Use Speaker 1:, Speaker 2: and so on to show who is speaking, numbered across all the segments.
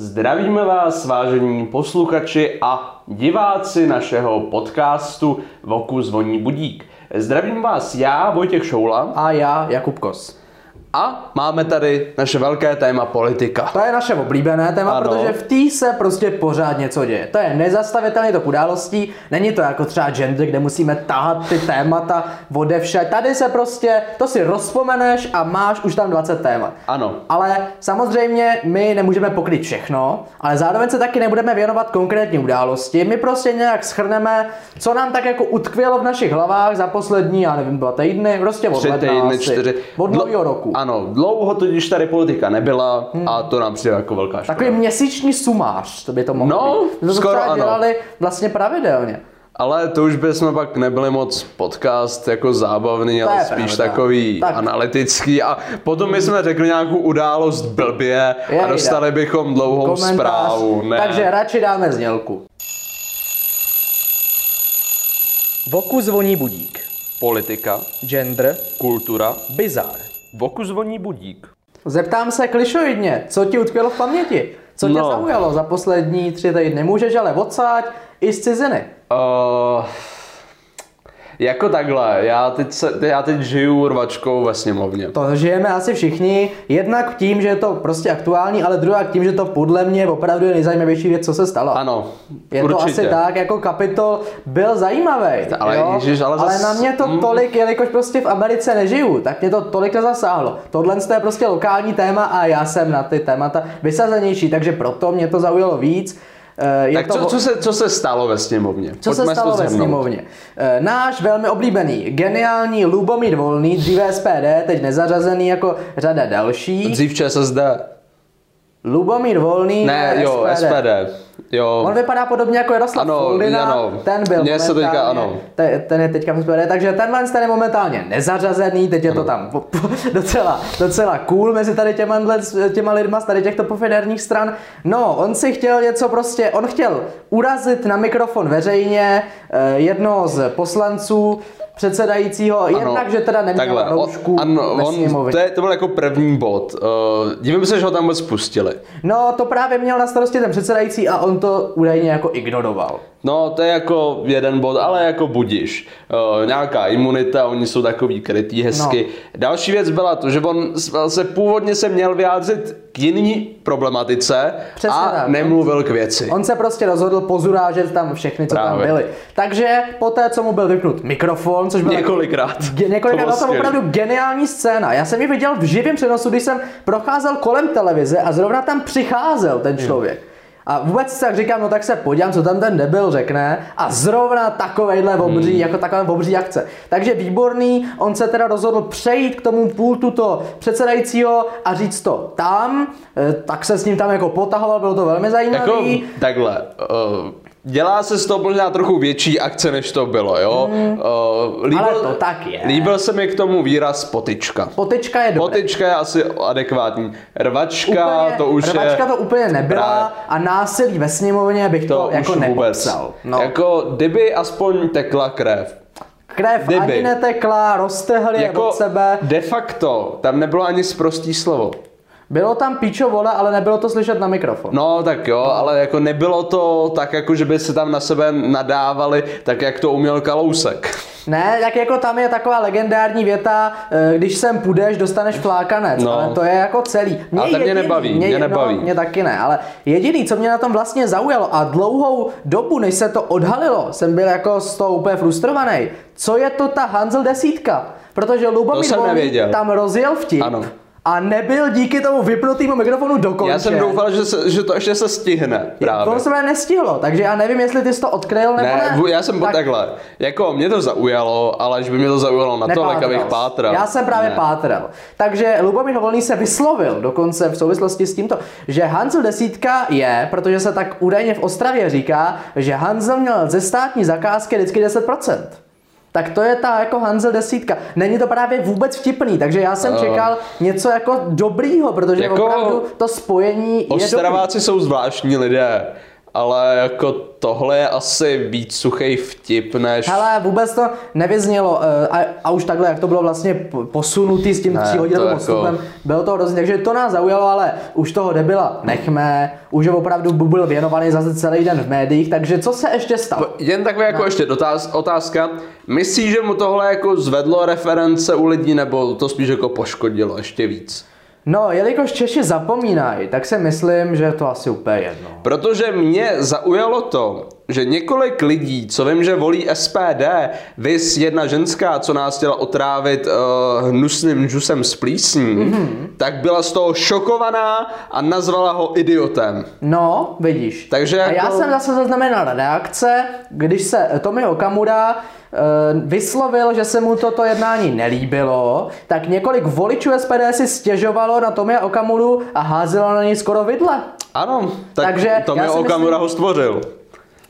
Speaker 1: Zdravíme vás, vážení posluchači a diváci našeho podcastu Voku zvoní budík. Zdravím vás já, Vojtěch Šoula,
Speaker 2: A já, Jakub Kos.
Speaker 1: a máme tady naše velké téma politika.
Speaker 2: To je naše oblíbené téma,
Speaker 1: Ano.
Speaker 2: ano. protože v té se prostě pořád něco děje. To je nezastavitelný to událostí, není to jako třeba gender, kde musíme tahat ty témata odevšad. Tady se prostě, to si rozpomeneš a máš už tam 20 témat.
Speaker 1: Ano.
Speaker 2: Ale samozřejmě my nemůžeme pokryt všechno, ale zároveň se taky nebudeme věnovat konkrétní události. My prostě nějak schrneme, co nám tak jako utkvělo v našich hlavách za poslední, já nevím, dva týdny, prostě od
Speaker 1: Tři
Speaker 2: ledna
Speaker 1: týdny,
Speaker 2: asi.
Speaker 1: čtyři.
Speaker 2: Od
Speaker 1: Dlo-
Speaker 2: nového roku.
Speaker 1: Ano, dlouho totiž tady politika nebyla a to nám přijde jako velká škoda.
Speaker 2: Takový měsíční sumář, to by to mohlo
Speaker 1: No,
Speaker 2: být. My jsme to
Speaker 1: skoro
Speaker 2: třeba
Speaker 1: ano.
Speaker 2: dělali vlastně pravidelně.
Speaker 1: Ale to už bychom pak nebyli moc podcast jako zábavný, ale
Speaker 2: je
Speaker 1: spíš
Speaker 2: pravda.
Speaker 1: takový
Speaker 2: Tak.
Speaker 1: analytický. A potom my jsme řekli nějakou událost blbě a
Speaker 2: Jejda.
Speaker 1: dostali bychom dlouhou zprávu. Ne.
Speaker 2: Takže radši dáme znělku. Voku zvoní budík.
Speaker 1: Politika,
Speaker 2: Gender.
Speaker 1: kultura,
Speaker 2: Bizar.
Speaker 1: voku zvoní budík.
Speaker 2: Zeptám se klišoidně, co ti utkvělo v paměti? Co tě
Speaker 1: No.
Speaker 2: zaujalo za poslední tři týdny? Můžeš ale odsáď i z ciziny.
Speaker 1: Uh, jako takhle, já teď, se, já teď žiju rvačkou ve sněmovně.
Speaker 2: To žijeme asi všichni, jednak tím, že je to prostě aktuální, ale druhá tím, že to podle mě opravdu je nejzajímavější věc, co se stalo.
Speaker 1: Ano,
Speaker 2: Je
Speaker 1: určitě.
Speaker 2: to asi tak, jako kapitol byl zajímavý.
Speaker 1: Ale
Speaker 2: jo?
Speaker 1: ježiš, ale
Speaker 2: ale
Speaker 1: zas-
Speaker 2: na mě to
Speaker 1: mm.
Speaker 2: tolik, jelikož prostě v Americe nežiju, tak mě to tolik nezasáhlo. Tohle je prostě lokální téma a já jsem na ty témata vysazenější, takže proto mě to zaujalo víc. Eh, Je
Speaker 1: Tak
Speaker 2: to
Speaker 1: co, co, se, co se stalo ve sněmovně?
Speaker 2: co se
Speaker 1: Pojďme si to
Speaker 2: stalo ve
Speaker 1: shrnout.
Speaker 2: sněmovně? Eh, Náš velmi oblíbený, geniální Lubomír Volný, dříve SPD, teď nezařazený jako řada dalších.
Speaker 1: Dřív ČSSD.
Speaker 2: Lubomír Volný,
Speaker 1: Ne, jo, SPD. Jo.
Speaker 2: On vypadá podobně jako Jaroslav
Speaker 1: Ano,
Speaker 2: Foldyna,
Speaker 1: ano.
Speaker 2: ten byl
Speaker 1: Mně se teďka-
Speaker 2: momentálně-
Speaker 1: ano.
Speaker 2: Te, ten je teďka v SPD, takže tenhle ten je momentálně nezařazený, teď je to tam po- po- docela, docela cool mezi tady těma, těma lidma z tady těchto pofederních stran. No, on si chtěl něco prostě, on chtěl urazit na mikrofon veřejně eh, jednoho z poslanců předsedajícího, jednak, že teda neměl
Speaker 1: takhle, o-
Speaker 2: roušku
Speaker 1: ano,
Speaker 2: ve
Speaker 1: on,
Speaker 2: sněmovně.
Speaker 1: to, je, to byl jako první bod. Uh, divím se, že ho tam vůbec pustili.
Speaker 2: No, to právě měl na starosti ten předsedající a on to údajně jako ignoroval.
Speaker 1: No, to je jako jeden bod, ale jako budiš. Uh, nějaká imunita, oni jsou takový krytý hezky. No. Další věc byla to, že on s- se původně se měl vyjádřit k jiný problematice
Speaker 2: Přesně
Speaker 1: a
Speaker 2: tak.
Speaker 1: nemluvil k věci.
Speaker 2: On se prostě rozhodl pozurážet tam všechny, co
Speaker 1: Právě.
Speaker 2: tam byli. Takže po té, co mu byl vypnut mikrofon, což byl
Speaker 1: Několikrát.
Speaker 2: Ge-
Speaker 1: To
Speaker 2: Několikrát
Speaker 1: bylo
Speaker 2: byla tam
Speaker 1: skvělý.
Speaker 2: opravdu geniální scéna. Já jsem ji viděl v živém přenosu, když jsem procházel kolem televize a zrovna tam přicházel ten
Speaker 1: Hmm.
Speaker 2: člověk. A vůbec si tak říkám, no tak se podívám, co tam ten debil řekne a zrovna takovejhle
Speaker 1: Hmm.
Speaker 2: obří, jako takové obří akce. Takže výborný, on se teda rozhodl přejít k tomu pultu to předsedajícího a říct to tam, Eh, tak se s ním tam jako potahoval, bylo to velmi zajímavé.
Speaker 1: Jako takhle, uh, dělá se z toho možná trochu větší akce, než to bylo, jo? Uh,
Speaker 2: Hmm. Ale to tak je.
Speaker 1: Líbil se mi k tomu výraz potička.
Speaker 2: Potečka je dobrý.
Speaker 1: Potička je asi adekvátní. Rvačka
Speaker 2: úplně,
Speaker 1: to už
Speaker 2: rvačka
Speaker 1: je...
Speaker 2: to úplně nebyla
Speaker 1: Právě.
Speaker 2: a násilí ve sněmovně bych to,
Speaker 1: to
Speaker 2: jako
Speaker 1: už vůbec.
Speaker 2: nepopsal. No.
Speaker 1: Jako, kdyby aspoň tekla krev.
Speaker 2: Krev
Speaker 1: Kdyby.
Speaker 2: ani netekla, roztehly jako,
Speaker 1: Jako
Speaker 2: od sebe.
Speaker 1: de facto, tam nebylo ani sprostý slovo.
Speaker 2: Bylo tam píčo vole, ale nebylo to slyšet na mikrofon.
Speaker 1: No tak jo, ale jako nebylo to tak, jako že by se tam na sebe nadávali, tak jak to uměl Kalousek.
Speaker 2: Ne, tak jako tam je taková legendární věta, eh, když sem půjdeš, dostaneš flákanec,
Speaker 1: No.
Speaker 2: no. ale to je jako celý. Mě
Speaker 1: Ale to mě
Speaker 2: jediný-
Speaker 1: nebaví, mě nebaví.
Speaker 2: No, mě taky ne, ale jediný, co mě na tom vlastně zaujalo a dlouhou dobu, než se to odhalilo, jsem byl jako z toho úplně frustrovaný. Co je to ta Hanzel desítka? Protože Lubomír
Speaker 1: jsem
Speaker 2: Volný
Speaker 1: nevěděl.
Speaker 2: tam rozjel vtip
Speaker 1: Ano.
Speaker 2: a nebyl díky tomu vypnutýmu mikrofonu dokončen.
Speaker 1: Já jsem doufal, že, se, že to ještě se stihne právě.
Speaker 2: To se mě nestihlo, takže já nevím, jestli ty jsi to odkryl nebo
Speaker 1: Ne,
Speaker 2: ne.
Speaker 1: bu- já jsem tak. takhle, jako mě to zaujalo, ale že by mě to zaujalo na to, tak abych
Speaker 2: Nepátral.
Speaker 1: pátral.
Speaker 2: Já jsem právě
Speaker 1: ne.
Speaker 2: pátral. Takže Lubomír Volný se vyslovil dokonce v souvislosti s tímto, že Hanzel desítka je, protože se tak údajně v Ostravě říká, že Hanzel měl ze státní zakázky vždycky 10%. Tak to je ta jako Hanzel desítka. Není to právě vůbec vtipný, takže já jsem
Speaker 1: Eh.
Speaker 2: čekal něco jako dobrýho, protože
Speaker 1: Jako
Speaker 2: opravdu to spojení je dobrý.
Speaker 1: Ostraváci jsou zvláštní lidé. ale jako tohle je asi víc suchý vtip než...
Speaker 2: Hele, vůbec to nevyznělo eh, a, a už takhle, jak to bylo vlastně p- posunutý s tím
Speaker 1: Ne,
Speaker 2: tříhodinovým
Speaker 1: to jako-
Speaker 2: odstupem, bylo to hrozně, takže to nás zaujalo, ale už toho debila nechme, už je opravdu byl věnovaný zase celý den v médiích, takže co se ještě stalo?
Speaker 1: Jen takhle jako
Speaker 2: No.
Speaker 1: ještě dotáz, otázka. Myslíš, že mu tohle jako zvedlo reference u lidí, nebo to spíš jako poškodilo ještě víc?
Speaker 2: No, jelikož Češi zapomínají, tak si myslím, že je to asi úplně jedno.
Speaker 1: Protože mě zaujalo to, že několik lidí, co vím, že volí SPD, vys jedna ženská, co nás chtěla otrávit uh, hnusným džusem z plísní,
Speaker 2: Mhm.
Speaker 1: mm-hmm. tak byla z toho šokovaná a nazvala ho idiotem.
Speaker 2: No, vidíš.
Speaker 1: Takže
Speaker 2: A já
Speaker 1: jako-
Speaker 2: jsem zase zaznamenal reakce, když se Tomi Okamura eh, vyslovil, že se mu toto jednání nelíbilo, tak několik voličů SPD si stěžovalo na Tomě Okamuru a házelo na něj skoro vidle.
Speaker 1: Ano, tak
Speaker 2: Takže
Speaker 1: Takže to
Speaker 2: já
Speaker 1: mi
Speaker 2: si
Speaker 1: Okamura
Speaker 2: myslím-
Speaker 1: ho stvořil.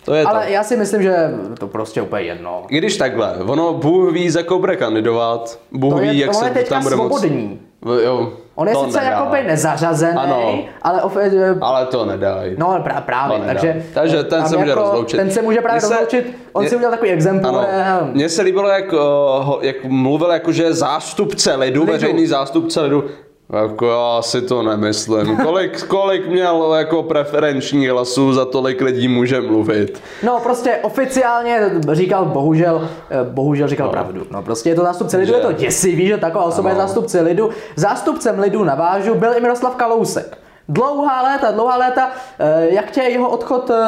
Speaker 1: To je
Speaker 2: Ale
Speaker 1: to.
Speaker 2: já si myslím, že to prostě úplně jedno.
Speaker 1: I když takhle, ono Bůh ví, za koho bude kandidovat, Bůh
Speaker 2: To je,
Speaker 1: ví, jak
Speaker 2: on
Speaker 1: se
Speaker 2: je teďka
Speaker 1: tam bude moc...
Speaker 2: svobodný.
Speaker 1: V- Jo,
Speaker 2: On je
Speaker 1: to
Speaker 2: sice
Speaker 1: nedá.
Speaker 2: jakoby nezařazený,
Speaker 1: Ano.
Speaker 2: ale of, eh,
Speaker 1: Ale to nedá.
Speaker 2: No, ale pra, právě,
Speaker 1: To nedá.
Speaker 2: takže,
Speaker 1: Takže ten
Speaker 2: tam jako
Speaker 1: se může rozloučit.
Speaker 2: Ten se může právě
Speaker 1: Mně se-
Speaker 2: rozloučit, on
Speaker 1: mně-
Speaker 2: si udělal takový exempel.
Speaker 1: Ano.
Speaker 2: eh,
Speaker 1: Mně se líbilo, jak, eh, ho- jak mluvil jako, že je zástupce lidu,
Speaker 2: Lidu.
Speaker 1: veřejný zástupce lidu. Jako já si to nemyslím. Kolik, kolik měl jako preferenční hlasů, za tolik lidí může mluvit.
Speaker 2: No prostě oficiálně říkal bohužel, eh, bohužel říkal pravdu. No prostě je to zástupce lidu, je to děsivý, že taková osoba je
Speaker 1: Ano.
Speaker 2: zástupce lidu. Zástupcem lidu navážu byl i Miroslav Kalousek. Dlouhá léta, dlouhá léta, eh, jak tě jeho odchod eh,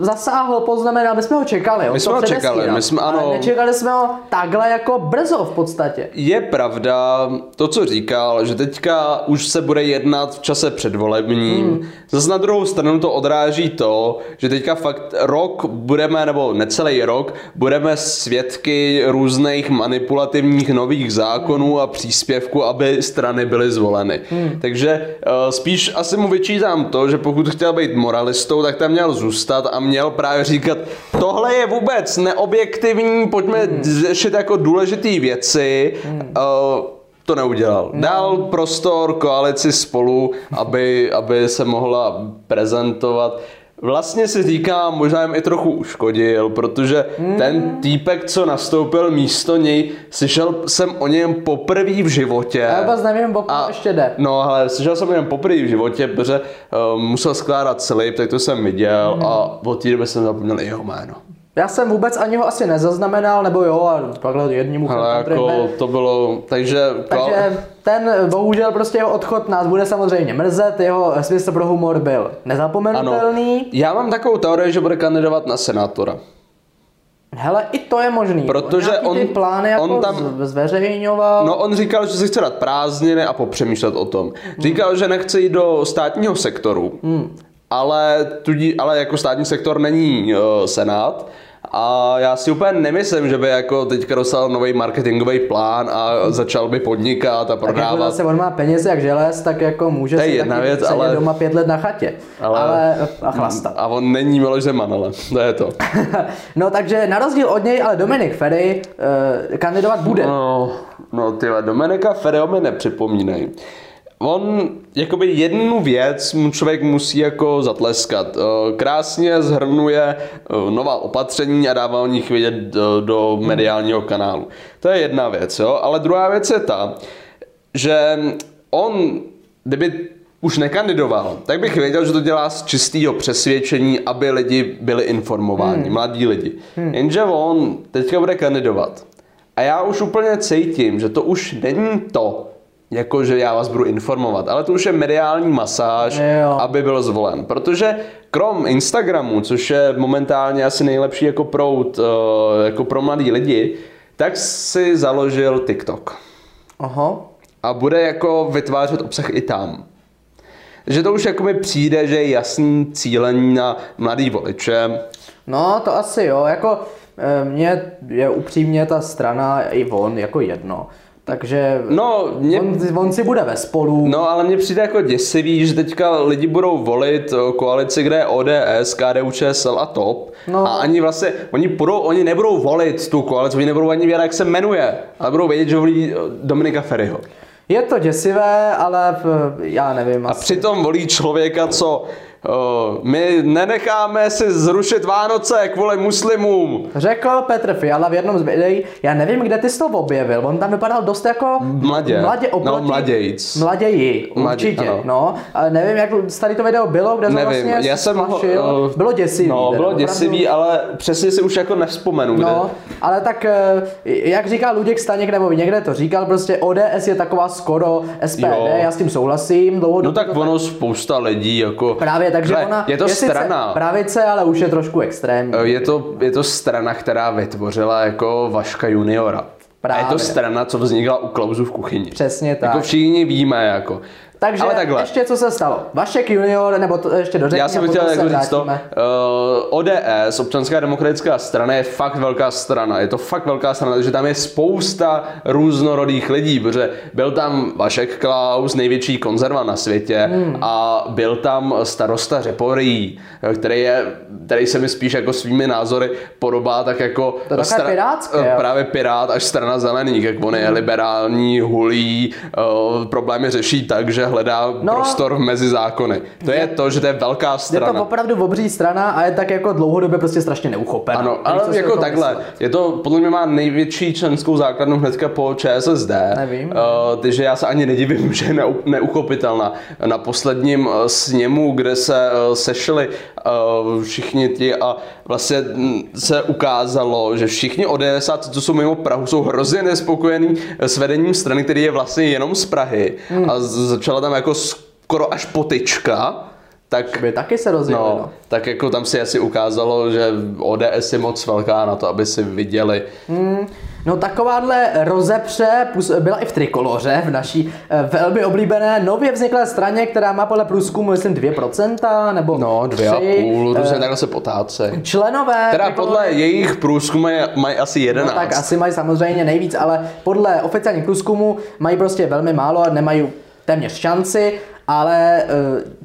Speaker 2: zasáhl, poznamenal, my jsme ho čekali. on
Speaker 1: My jsme
Speaker 2: to
Speaker 1: ho čekali,
Speaker 2: předesíral,
Speaker 1: my jsme- ano.
Speaker 2: Ale nečekali jsme ho takhle jako brzo v podstatě.
Speaker 1: Je pravda to, co říkal, že teďka už se bude jednat v čase předvolebním. Hmm. Zase na druhou stranu to odráží to, že teďka fakt rok budeme, nebo necelý rok, budeme svědky různých manipulativních nových zákonů a příspěvků, aby strany byly zvoleny. Hmm. Takže eh, spíš asi mu vyčítám to, že pokud chtěl být moralistou, tak tam měl zůstat a měl právě říkat, tohle je vůbec neobjektivní, pojďme
Speaker 2: Hmm.
Speaker 1: řešit jako důležité věci. Eh, to neudělal.
Speaker 2: No.
Speaker 1: Dal prostor koalici spolu, aby, aby se mohla prezentovat. Vlastně si říkám, možná jim i trochu uškodil, protože
Speaker 2: Hmm.
Speaker 1: ten týpek, co nastoupil místo něj, slyšel jsem o něm poprvé v životě.
Speaker 2: Já vůbec nevím, o koho ještě jde.
Speaker 1: No, ale slyšel jsem jenom poprvé v životě, protože uh, musel skládat slib, tak to jsem viděl a
Speaker 2: Mhm.
Speaker 1: od té doby jsem zapomněl i jeho jméno.
Speaker 2: Já jsem vůbec ani ho asi nezaznamenal, nebo jo, a takhle jedním uchem
Speaker 1: Ale
Speaker 2: tam
Speaker 1: jako to bylo, takže...
Speaker 2: Takže ten eh, bohužel prostě jeho odchod nás bude samozřejmě mrzet, jeho eh, smysl pro humor byl
Speaker 1: ano.
Speaker 2: nezapomenutelný.
Speaker 1: Já mám takovou teorii, že bude kandidovat na senátora.
Speaker 2: Hele, i to je možný.
Speaker 1: Protože
Speaker 2: Nějaký
Speaker 1: on-
Speaker 2: ty plány jako
Speaker 1: on
Speaker 2: on
Speaker 1: tam-
Speaker 2: tam... zveřejňoval.
Speaker 1: No, on říkal, že si chce dát prázdniny a popřemýšlet o tom. Říkal, že nechce jít do státního sektoru, ale, tudí, ale jako státní sektor není uh, senát. A já si úplně nemyslím, že by jako teďka dostal nový marketingový plán a začal by podnikat a
Speaker 2: Tak jako
Speaker 1: prodávat.
Speaker 2: zase on má peněz jak želez, tak jako může
Speaker 1: To je
Speaker 2: si
Speaker 1: jedna
Speaker 2: taky
Speaker 1: věc,
Speaker 2: sedět
Speaker 1: ale-
Speaker 2: doma pět let na chatě. Ale,
Speaker 1: Ale-
Speaker 2: ale a chlasta.
Speaker 1: A on není Miloš Zeman, ale to je to.
Speaker 2: no takže na rozdíl od něj, ale Dominik Ferry eh, kandidovat bude.
Speaker 1: No, no ty vole, Dominika Ferreo mi nepřipomínají. On, jakoby jednu věc mu člověk musí jako zatleskat. Eh, Krásně zhrnuje eh, nová opatření a dává o nich vědět do, do mediálního kanálu. To je jedna věc, jo. Ale druhá věc je ta, že on, kdyby už nekandidoval, tak bych věděl, že to dělá z čistého přesvědčení, aby lidi byli informováni, mladí lidi. Jenže on teďka bude kandidovat. A já už úplně cítím, že to už není to, jako že já vás budu informovat, ale to už je mediální masáž,
Speaker 2: Jo.
Speaker 1: aby byl zvolen. Protože krom Instagramu, což je momentálně asi nejlepší jako prout, eh, jako pro mladí lidi, tak si založil TikTok
Speaker 2: Aha.
Speaker 1: a bude jako vytvářet obsah i tam. Že to už jako mi přijde, že je jasný cílení na mladý voliče.
Speaker 2: No, to asi jo, jako eh, mně je upřímně ta strana i on jako jedno. Takže
Speaker 1: No, mě,
Speaker 2: on, on si bude ve spolu.
Speaker 1: no ale mně přijde jako děsivý, že teďka lidi budou volit eh, koalici, kde je ODS, KDU, ČSL a TOP.
Speaker 2: No.
Speaker 1: No. A ani vlastně, oni, budou, oni nebudou volit tu koalici, oni nebudou ani vědět, jak se jmenuje. Ale budou vědět, že volí eh, Dominika Ferryho.
Speaker 2: Je to děsivé, ale eh, já nevím.
Speaker 1: A
Speaker 2: Asi.
Speaker 1: přitom volí člověka, co o, my nenecháme si zrušit Vánoce kvůli muslimům.
Speaker 2: Řekl Petr Fiala v jednom z videí, já nevím, kde ty jsi to objevil, on tam vypadal dost jako
Speaker 1: Mladě.
Speaker 2: mladě oproti,
Speaker 1: No, mladějíc.
Speaker 2: Mlaději,
Speaker 1: Mladě,
Speaker 2: určitě,
Speaker 1: ano.
Speaker 2: no. A nevím, jak tady to video bylo, kde
Speaker 1: Nevím,
Speaker 2: to vlastně
Speaker 1: já jsem ho,
Speaker 2: splašil.
Speaker 1: eh,
Speaker 2: bylo děsivý.
Speaker 1: No,
Speaker 2: teda,
Speaker 1: bylo
Speaker 2: opravdu.
Speaker 1: děsivý, ale přesně si už jako nevzpomenu, kde.
Speaker 2: No, ale tak, eh, jak říká Luděk Staněk, nebo někde to říkal, prostě ODS je taková skoro SPD,
Speaker 1: Jo.
Speaker 2: já s tím souhlasím, dlouhodobě
Speaker 1: No tak
Speaker 2: to
Speaker 1: ono spousta lidí jako...
Speaker 2: Právě, takže
Speaker 1: Hele,
Speaker 2: ona
Speaker 1: Je to
Speaker 2: sice
Speaker 1: strana. Jako Eh,
Speaker 2: pravice, ale už je trošku extrémní.
Speaker 1: Je to, je to strana, která vytvořila jako Vaška juniora. A je
Speaker 2: Právě.
Speaker 1: to strana, co vznikla u Klauzu v kuchyni.
Speaker 2: Přesně tak.
Speaker 1: Jako všichni víme, jako.
Speaker 2: Takže
Speaker 1: Ale takhle.
Speaker 2: ještě co se stalo? Vašek junior, nebo to ještě dořekni
Speaker 1: Já jsem
Speaker 2: a
Speaker 1: bych chtěl
Speaker 2: potom
Speaker 1: jako
Speaker 2: se
Speaker 1: říct to, uh,
Speaker 2: vrátíme.
Speaker 1: ODS, E, Občanská demokratická strana, je fakt velká strana. Je to fakt velká strana, takže tam je spousta různorodých lidí, protože byl tam Vašek Klaus, největší konzerva na světě
Speaker 2: Hmm.
Speaker 1: a byl tam starosta Řeporí, který, je, který se mi spíš jako svými názory podobá tak jako...
Speaker 2: To je takové pirátské,
Speaker 1: eh,
Speaker 2: jo. Hmm.
Speaker 1: právě pirát až strana zelených, jak on je liberální, hulí, eh, problémy řeší tak, že hledá
Speaker 2: No.
Speaker 1: prostor mezi zákony. To je to, že to je velká
Speaker 2: Je to
Speaker 1: strana.
Speaker 2: opravdu obří strana a je tak jako dlouhodobě prostě strašně neuchopená.
Speaker 1: Ano,
Speaker 2: Víš, co
Speaker 1: ale
Speaker 2: si o
Speaker 1: jako
Speaker 2: tom
Speaker 1: takhle.
Speaker 2: myslím?
Speaker 1: Je to, podle mě má největší členskou základnu hnedka po ČSSD.
Speaker 2: Nevím.
Speaker 1: Eh, takže já se ani nedivím, že je neu, neuchopitelná. Na posledním eh, sněmu, kde se eh, sešli eh, všichni ti a vlastně mm, se ukázalo, že všichni ODS, co jsou mimo Prahu, jsou hrozně nespokojení eh, s vedením strany, který je vlastně jenom z Prahy.
Speaker 2: Hmm.
Speaker 1: A z- začala tam jako skoro až potyčka. Tak
Speaker 2: By taky se rozjeli, no.
Speaker 1: No, tak jako tam si asi ukázalo, že ODS je moc velká na to, aby si viděli.
Speaker 2: No takováhle rozepře pus- byla i v Trikoloře, v naší eh, velmi oblíbené nově vzniklé straně, která má podle průzkumu, myslím, 2% nebo
Speaker 1: No, dvě a
Speaker 2: tři,
Speaker 1: půl,
Speaker 2: eh,
Speaker 1: různě takhle se potáce.
Speaker 2: Členové
Speaker 1: Teda
Speaker 2: Trikolory-
Speaker 1: podle jejich průzkumu je- mají asi
Speaker 2: No, tak
Speaker 1: 11.
Speaker 2: asi mají samozřejmě nejvíc, ale podle oficiálních průzkumů mají prostě velmi málo a nemají téměř šanci, ale eh,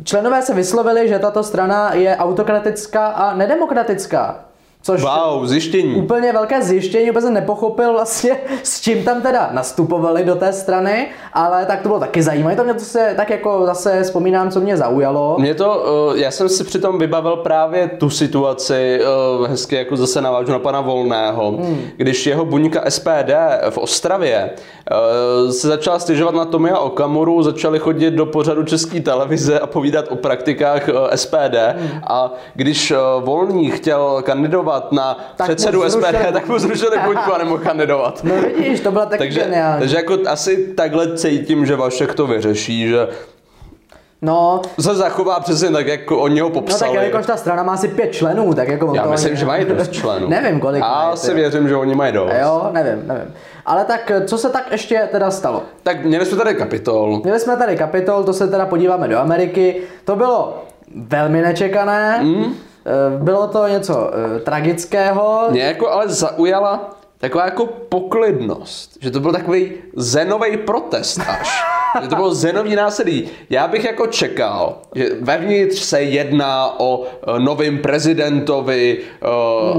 Speaker 2: členové se vyslovili, že tato strana je autokratická a nedemokratická. Což
Speaker 1: Wow, zjištění.
Speaker 2: úplně velké zjištění, vůbec jsem nepochopil vlastně, s čím tam teda nastupovali do té strany, ale tak to bylo taky zajímavé, to mě to se tak jako zase vzpomínám, co mě zaujalo.
Speaker 1: Mě to, eh, já jsem si přitom vybavil právě tu situaci, eh, hezky jako zase navážu na pana Volného,
Speaker 2: Hmm.
Speaker 1: když jeho buňka SPD v Ostravě eh, se začala stěžovat na Tomia Okamuru, začali chodit do pořadu české televize a povídat o praktikách eh, SPD
Speaker 2: Hmm.
Speaker 1: a když eh, Volný chtěl kandidovat na
Speaker 2: mu
Speaker 1: předsedu
Speaker 2: zrušili-
Speaker 1: SPD, tak mu zrušili buňku a nemohl kandidovat.
Speaker 2: No vidíš, to byla taky
Speaker 1: Takže,
Speaker 2: geniální.
Speaker 1: takže jako asi takhle cítím, že Vašek to vyřeší, že
Speaker 2: No,
Speaker 1: se zachová přesně tak, jak oni ho
Speaker 2: No tak
Speaker 1: popsali.
Speaker 2: jelikož ta strana má asi pět členů, tak jako... on
Speaker 1: Já
Speaker 2: to
Speaker 1: myslím,
Speaker 2: ani-
Speaker 1: že mají dost členů.
Speaker 2: nevím, kolik
Speaker 1: Já
Speaker 2: mají,
Speaker 1: si
Speaker 2: ty.
Speaker 1: věřím, že oni mají dost.
Speaker 2: Jo, nevím, nevím. Ale tak co se tak ještě teda stalo?
Speaker 1: Tak měli jsme tady kapitol.
Speaker 2: Měli jsme tady kapitol, to se teda podíváme do Ameriky. To bylo velmi nečekané. Mm. Bylo to něco eh, tragického.
Speaker 1: Mě jako ale zaujala taková jako poklidnost, že to byl takový zenový protest až. že to bylo zenový násilí. Já bych jako čekal, že vevnitř se jedná o eh, novém prezidentovi eh,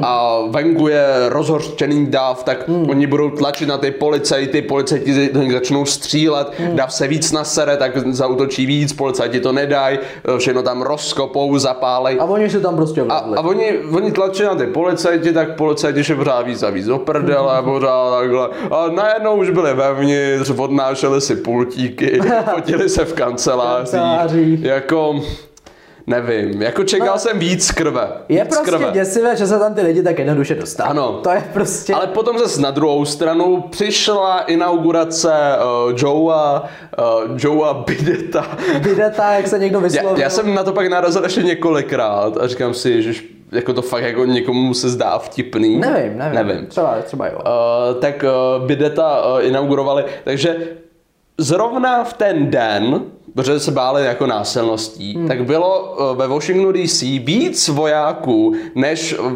Speaker 1: a venku je rozhořčený dáv, tak oni budou tlačit na ty policajty, policajti za- začnou střílet, dáv se víc nasere, tak zautočí víc, policajti to nedají, eh, všechno tam rozkopou, zapálej.
Speaker 2: A oni si tam prostě
Speaker 1: A,
Speaker 2: vládli.
Speaker 1: a oni, oni tlačí na ty policajti, tak policajti se pořád víc a víc do prdele, pořád takhle. A najednou už byli vevnitř, odnášeli si pultíky, fotili se v kancelářích.
Speaker 2: Kancelářích. No,
Speaker 1: jako, nevím, jako čekal jsem víc krve.
Speaker 2: Je
Speaker 1: víc
Speaker 2: prostě
Speaker 1: krve.
Speaker 2: děsivé, že se tam ty lidi tak jednoduše dostali.
Speaker 1: Ano.
Speaker 2: To je prostě...
Speaker 1: Ale potom zase na druhou stranu přišla inaugurace uh, Joea, uh, Joea Bideta.
Speaker 2: Videta, jak se někdo
Speaker 1: Já,
Speaker 2: vyslovil.
Speaker 1: já jsem na to pak narazil ještě několikrát a říkám si, že jako to fakt jako někomu se zdá vtipný.
Speaker 2: Nevím, nevím.
Speaker 1: nevím.
Speaker 2: Třeba, třeba jo.
Speaker 1: Uh, tak uh, Bideta uh, inaugurovali. Takže zrovna v ten den, protože se báli jako násilností,
Speaker 2: Hmm.
Speaker 1: tak bylo uh, ve Washingtonu DC víc vojáků, než uh,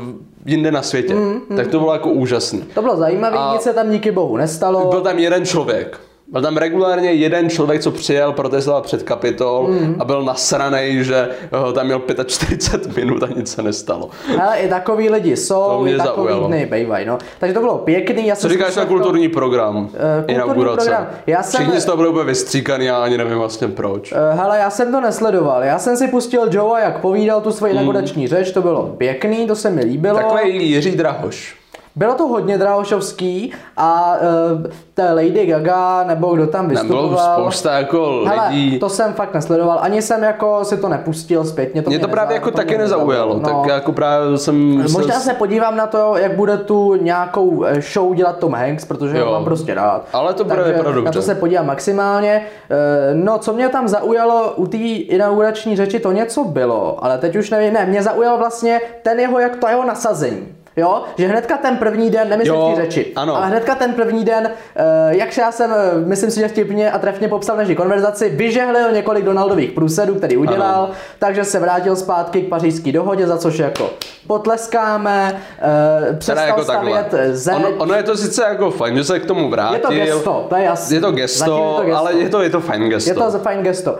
Speaker 1: jinde na světě.
Speaker 2: Hmm,
Speaker 1: Tak to bylo jako úžasný.
Speaker 2: To bylo zajímavé,
Speaker 1: A-
Speaker 2: nic se tam díky bohu nestalo.
Speaker 1: Byl tam jeden člověk. Byl tam regulárně jeden člověk, co přijel, protestoval před kapitol
Speaker 2: Mhm.
Speaker 1: mm. a byl nasranej, že eh, tam měl 45 minut a nic se nestalo.
Speaker 2: Ale i takový lidi jsou,
Speaker 1: mě
Speaker 2: i takový
Speaker 1: zaujalo.
Speaker 2: dny bývají, no. Takže to bylo pěkný, já jsem
Speaker 1: Co říkáš
Speaker 2: zkusil
Speaker 1: na
Speaker 2: to-
Speaker 1: kulturní program?
Speaker 2: Eh, kulturní program. Já jsem-
Speaker 1: Všichni z toho budou úplně vystříkaný, já ani nevím vlastně proč.
Speaker 2: Eh, Hele, já jsem to nesledoval. Já jsem si pustil Joea, jak povídal tu
Speaker 1: Mm.
Speaker 2: svoji inaugurační řeč, to bylo pěkný, to se mi líbilo.
Speaker 1: Takový Jiří Drahoš.
Speaker 2: Bylo to hodně drahošovský a uh, té Lady Gaga, nebo kdo tam
Speaker 1: Tam bylo
Speaker 2: vystupoval.
Speaker 1: spousta jako
Speaker 2: Hele,
Speaker 1: lidí.
Speaker 2: to jsem fakt nesledoval, ani jsem jako si to nepustil zpětně. To
Speaker 1: Mě to právě jako taky nezaujalo,
Speaker 2: no.
Speaker 1: tak jako právě jsem...
Speaker 2: Možná se podívám na to, jak bude tu nějakou eh, show dělat Tom Hanks, protože
Speaker 1: Jo.
Speaker 2: ho mám prostě rád.
Speaker 1: Ale to bude
Speaker 2: Takže
Speaker 1: vypadat
Speaker 2: Na
Speaker 1: dobře.
Speaker 2: to se podívám maximálně. Eh, No, co mě tam zaujalo u té inaugurační řeči, to něco bylo, ale teď už nevím, ne, mě zaujalo vlastně ten jeho, jak to jeho nasazení. Jo, že hnedka ten první den, nemyslím
Speaker 1: Jo,
Speaker 2: ty řeči,
Speaker 1: ano.
Speaker 2: ale hnedka ten první den, eh, jak já jsem, eh, myslím si, že vtipně a trefně popsal v naší konverzaci, vyžehlil několik Donaldových průsedů, který udělal,
Speaker 1: Ano.
Speaker 2: takže se vrátil zpátky k pařížské dohodě, za což jako potleskáme, eh,
Speaker 1: Teda
Speaker 2: přestal
Speaker 1: jako takhle.
Speaker 2: stavět eh, zeď.
Speaker 1: Ono, ono je to sice jako fajn, že se k tomu vrátil.
Speaker 2: je to gesto, to je jasné.
Speaker 1: Je to gesto, ale je to, je to fajn gesto.
Speaker 2: Je to za fajn gesto.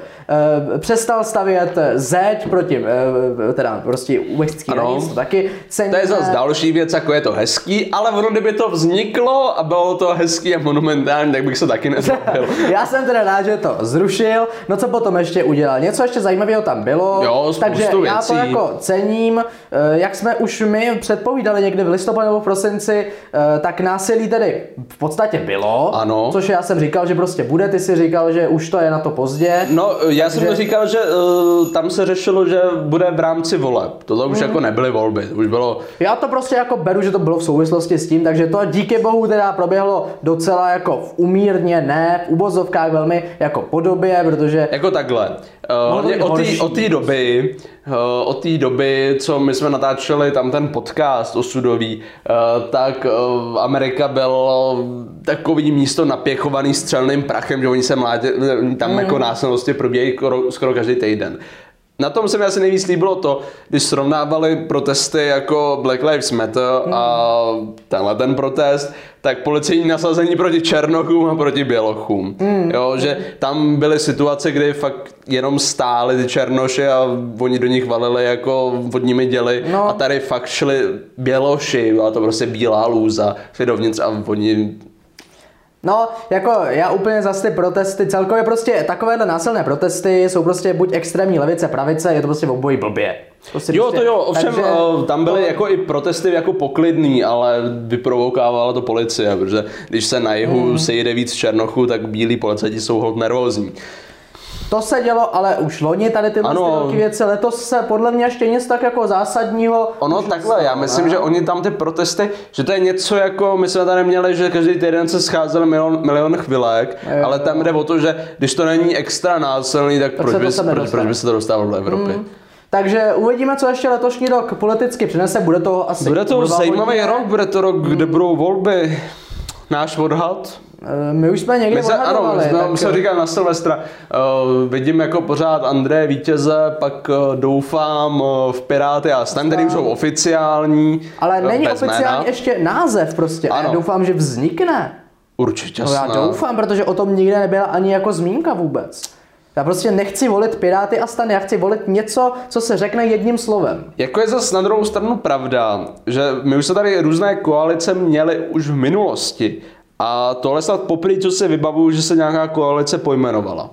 Speaker 2: Eh, Přestal stavět zeď proti, eh, teda prostě uvecký
Speaker 1: Ano.
Speaker 2: hranic, to taky ceníme.
Speaker 1: To je zase další věc, jako je to hezký, ale ono kdyby to vzniklo a bylo to hezký a monumentální, tak bych se taky nezapil.
Speaker 2: Já jsem teda rád, že to zrušil. No co potom ještě udělal? Něco ještě zajímavého tam bylo.
Speaker 1: Jo, spoustu
Speaker 2: takže já to
Speaker 1: věcí.
Speaker 2: jako cením. Eh, Jak jsme už my předpovídali někdy v listopadu nebo v prosinci, eh, tak násilí tedy v podstatě bylo.
Speaker 1: Ano.
Speaker 2: Což já jsem říkal, že prostě bude. Ty si říkal, že už to je na to pozdě.
Speaker 1: No, já jsem to říkal, že uh, tam se řešilo, že bude v rámci voleb. Toto už jako nebyly volby, to už bylo
Speaker 2: Já to prostě jako beru, že to bylo v souvislosti s tím, takže to díky bohu teda proběhlo docela jako v umírně, ne v ubozovkách velmi jako podobě, protože
Speaker 1: Jako takhle. Uh,
Speaker 2: Mohlo to
Speaker 1: mě
Speaker 2: být
Speaker 1: od té-
Speaker 2: horší.
Speaker 1: od té doby, uh, od té doby, co my jsme natáčeli tam ten podcast osudový, uh, tak uh, Amerika bylo takový místo napěchovaný střelným prachem, že oni se mlátě, tam jako násilnosti probíhají skoro, skoro každý týden. Na tom se mi asi nejvíc líbilo to, když srovnávali protesty jako Black Lives Matter a tenhle ten protest, tak policejní nasazení proti černochům a proti bělochům. Jo, že tam byly situace, kdy fakt jenom stály ty černoši a oni do nich valili jako vodními děli
Speaker 2: No.
Speaker 1: a tady fakt šli běloši, byla to prostě bílá lůza, šli dovnitř a oni
Speaker 2: No, jako já úplně zas ty protesty, celkově prostě takovéhle násilné protesty jsou prostě buď extrémní levice, pravice, je to prostě v obojí blbě. Prostě
Speaker 1: Jo,
Speaker 2: prostě,
Speaker 1: to jo, ovšem
Speaker 2: takže-
Speaker 1: eh, tam byly jako i protesty jako poklidný, ale vyprovokávala to policie, protože když se na jihu
Speaker 2: Hmm.
Speaker 1: sejde víc černochů, tak bílí policajti jsou hodně nervózní.
Speaker 2: To se dělo, ale už loni tady tyhle
Speaker 1: Ano.
Speaker 2: ano. ty velké věci, letos se podle mě ještě nic tak jako zásadního
Speaker 1: Ono
Speaker 2: už
Speaker 1: takhle, já
Speaker 2: nestalo,
Speaker 1: myslím,
Speaker 2: ne?
Speaker 1: že oni tam ty protesty, že to je něco jako, my jsme tady měli, že každý týden se scházel milion, milion chvilek,
Speaker 2: Jo.
Speaker 1: ale tam jde o to, že když to není extra násilný, tak proč
Speaker 2: se to
Speaker 1: by,
Speaker 2: sem
Speaker 1: proč,
Speaker 2: nedostane.
Speaker 1: proč by se to dostávalo do Evropy?
Speaker 2: Hmm. Takže uvidíme, co ještě letošní rok politicky přinese, bude to asi...
Speaker 1: Bude to
Speaker 2: kurva
Speaker 1: zajímavý
Speaker 2: hodně. Hmm.
Speaker 1: rok, bude to rok, kde budou volby. Náš odhad?
Speaker 2: Eh, My už jsme někdy
Speaker 1: My se, ano, my
Speaker 2: odhadovali,
Speaker 1: jsme,
Speaker 2: tak-
Speaker 1: my se říkám na Silvestra, uh, vidím jako pořád André vítěze, pak uh, doufám uh, v Piráty a Stan, který už jsou oficiální.
Speaker 2: Ale
Speaker 1: eh,
Speaker 2: není
Speaker 1: bez
Speaker 2: oficiální
Speaker 1: jména.
Speaker 2: ještě název prostě. A já
Speaker 1: Ano.
Speaker 2: doufám, že vznikne.
Speaker 1: Určitě
Speaker 2: No já
Speaker 1: snad.
Speaker 2: doufám, protože o tom nikde nebyla ani jako zmínka vůbec. Já prostě nechci volit Piráty a stan, já chci volit něco, co se řekne jedním slovem.
Speaker 1: Jako je zase na druhou stranu pravda, že my už se tady různé koalice měly už v minulosti. A tohle snad poprvé, co se vybavuju, že se nějaká koalice pojmenovala.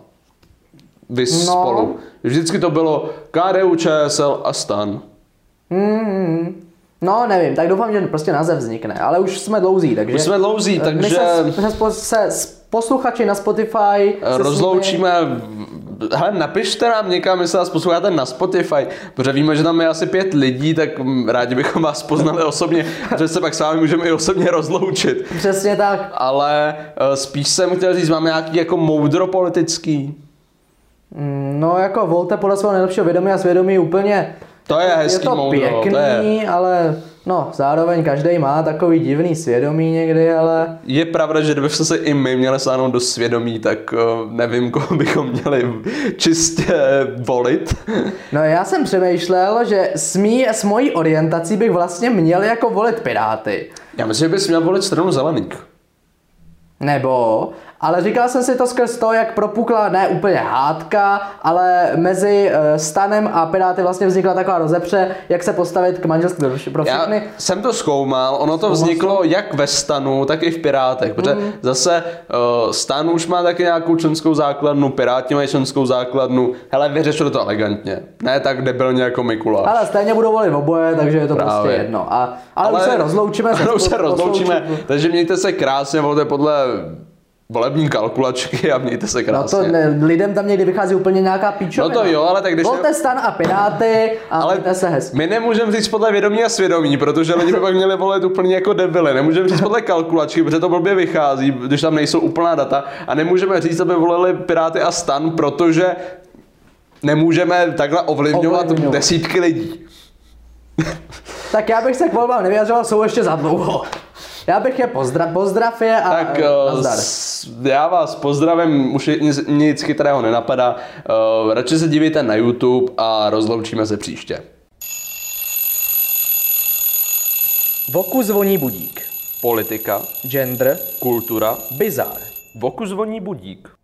Speaker 1: Vy no.
Speaker 2: No.
Speaker 1: spolu. Vždycky to bylo KDU, ČSL a STAN.
Speaker 2: Hmm. No, nevím, tak doufám, že prostě název vznikne, ale už jsme dlouzí, takže...
Speaker 1: Už jsme dlouzí,
Speaker 2: Eh, My
Speaker 1: takže-
Speaker 2: se, s- se, spo- se s posluchači na Spotify... se s nimi-
Speaker 1: Eh, rozloučíme. Hele, napište nám někam, jestli nás posloucháte na Spotify, protože víme, že tam je asi pět lidí, tak mm, rádi bychom vás poznali osobně, protože se pak s vámi můžeme i osobně rozloučit.
Speaker 2: Přesně tak.
Speaker 1: Ale eh, spíš jsem chtěl říct, máme nějaký jako moudro politický.
Speaker 2: Mm, No, jako volte podle svého nejlepšího vědomí a svědomí úplně...
Speaker 1: To je hezký
Speaker 2: je to
Speaker 1: moudro.
Speaker 2: pěkný,
Speaker 1: To je,
Speaker 2: ale no, zároveň každý má takový divný svědomí někdy, ale...
Speaker 1: je pravda, že kdybychom se i my měli sáhnout do svědomí, tak eh, nevím, koho bychom měli čistě eh, volit.
Speaker 2: No já jsem přemýšlel, že s, mý, s mojí orientací bych vlastně měl jako volit Piráty.
Speaker 1: Já myslím, že bys měl volit stranu zelených.
Speaker 2: Nebo, Ale říkal jsem si to skrz to, jak propukla ne úplně hádka, ale mezi eh, Stanem a Piráty vlastně vznikla taková rozepře, jak se postavit k manželství pro- pro
Speaker 1: Já
Speaker 2: všechny.
Speaker 1: jsem to zkoumal, ono to vzniklo jak ve stanu, tak i v Pirátech, protože
Speaker 2: Mhm.
Speaker 1: zase uh, stan už má taky nějakou členskou základnu, Piráti mají členskou základnu, hele, vyřešili to elegantně, ne tak debilně jako Mikuláš.
Speaker 2: Ale stejně budou volit oboje, takže je to
Speaker 1: Právě.
Speaker 2: prostě jedno. A, ale, ale už se rozloučíme.
Speaker 1: Ale už se
Speaker 2: spolu-
Speaker 1: rozloučíme,
Speaker 2: posloučit-
Speaker 1: takže mějte se krásně, volte podle volební kalkulačky a mějte se
Speaker 2: No
Speaker 1: krásně.
Speaker 2: to ne, lidem tam někdy vychází úplně nějaká píčovina.
Speaker 1: Vlastně. No to jo, ale tak když-
Speaker 2: Volte stan a piráty a ale... mějte se hezky.
Speaker 1: my nemůžeme říct podle vědomí a svědomí, protože lidi by pak měli volit úplně jako debily. Nemůžeme říct podle kalkulačky, protože to blbě vychází, když tam nejsou úplná data. A nemůžeme říct, aby volili Piráty a Stan, protože nemůžeme takhle ovlivňovat,
Speaker 2: Ovlivňovat.
Speaker 1: desítky lidí.
Speaker 2: Tak já bych se k volbám nevyjadřoval, jsou ještě za dlouho. Já bych je pozdrav, pozdrav je a
Speaker 1: Tak
Speaker 2: eh,
Speaker 1: eh,
Speaker 2: nazdar.
Speaker 1: s- já vás pozdravím, už je- nic, nic chytrého nenapadá. Eh, Radši se dívejte na YouTube a rozloučíme se příště.
Speaker 2: V oku zvoní budík.
Speaker 1: Politika,
Speaker 2: Gender.
Speaker 1: kultura,
Speaker 2: Bizar.
Speaker 1: v oku zvoní budík.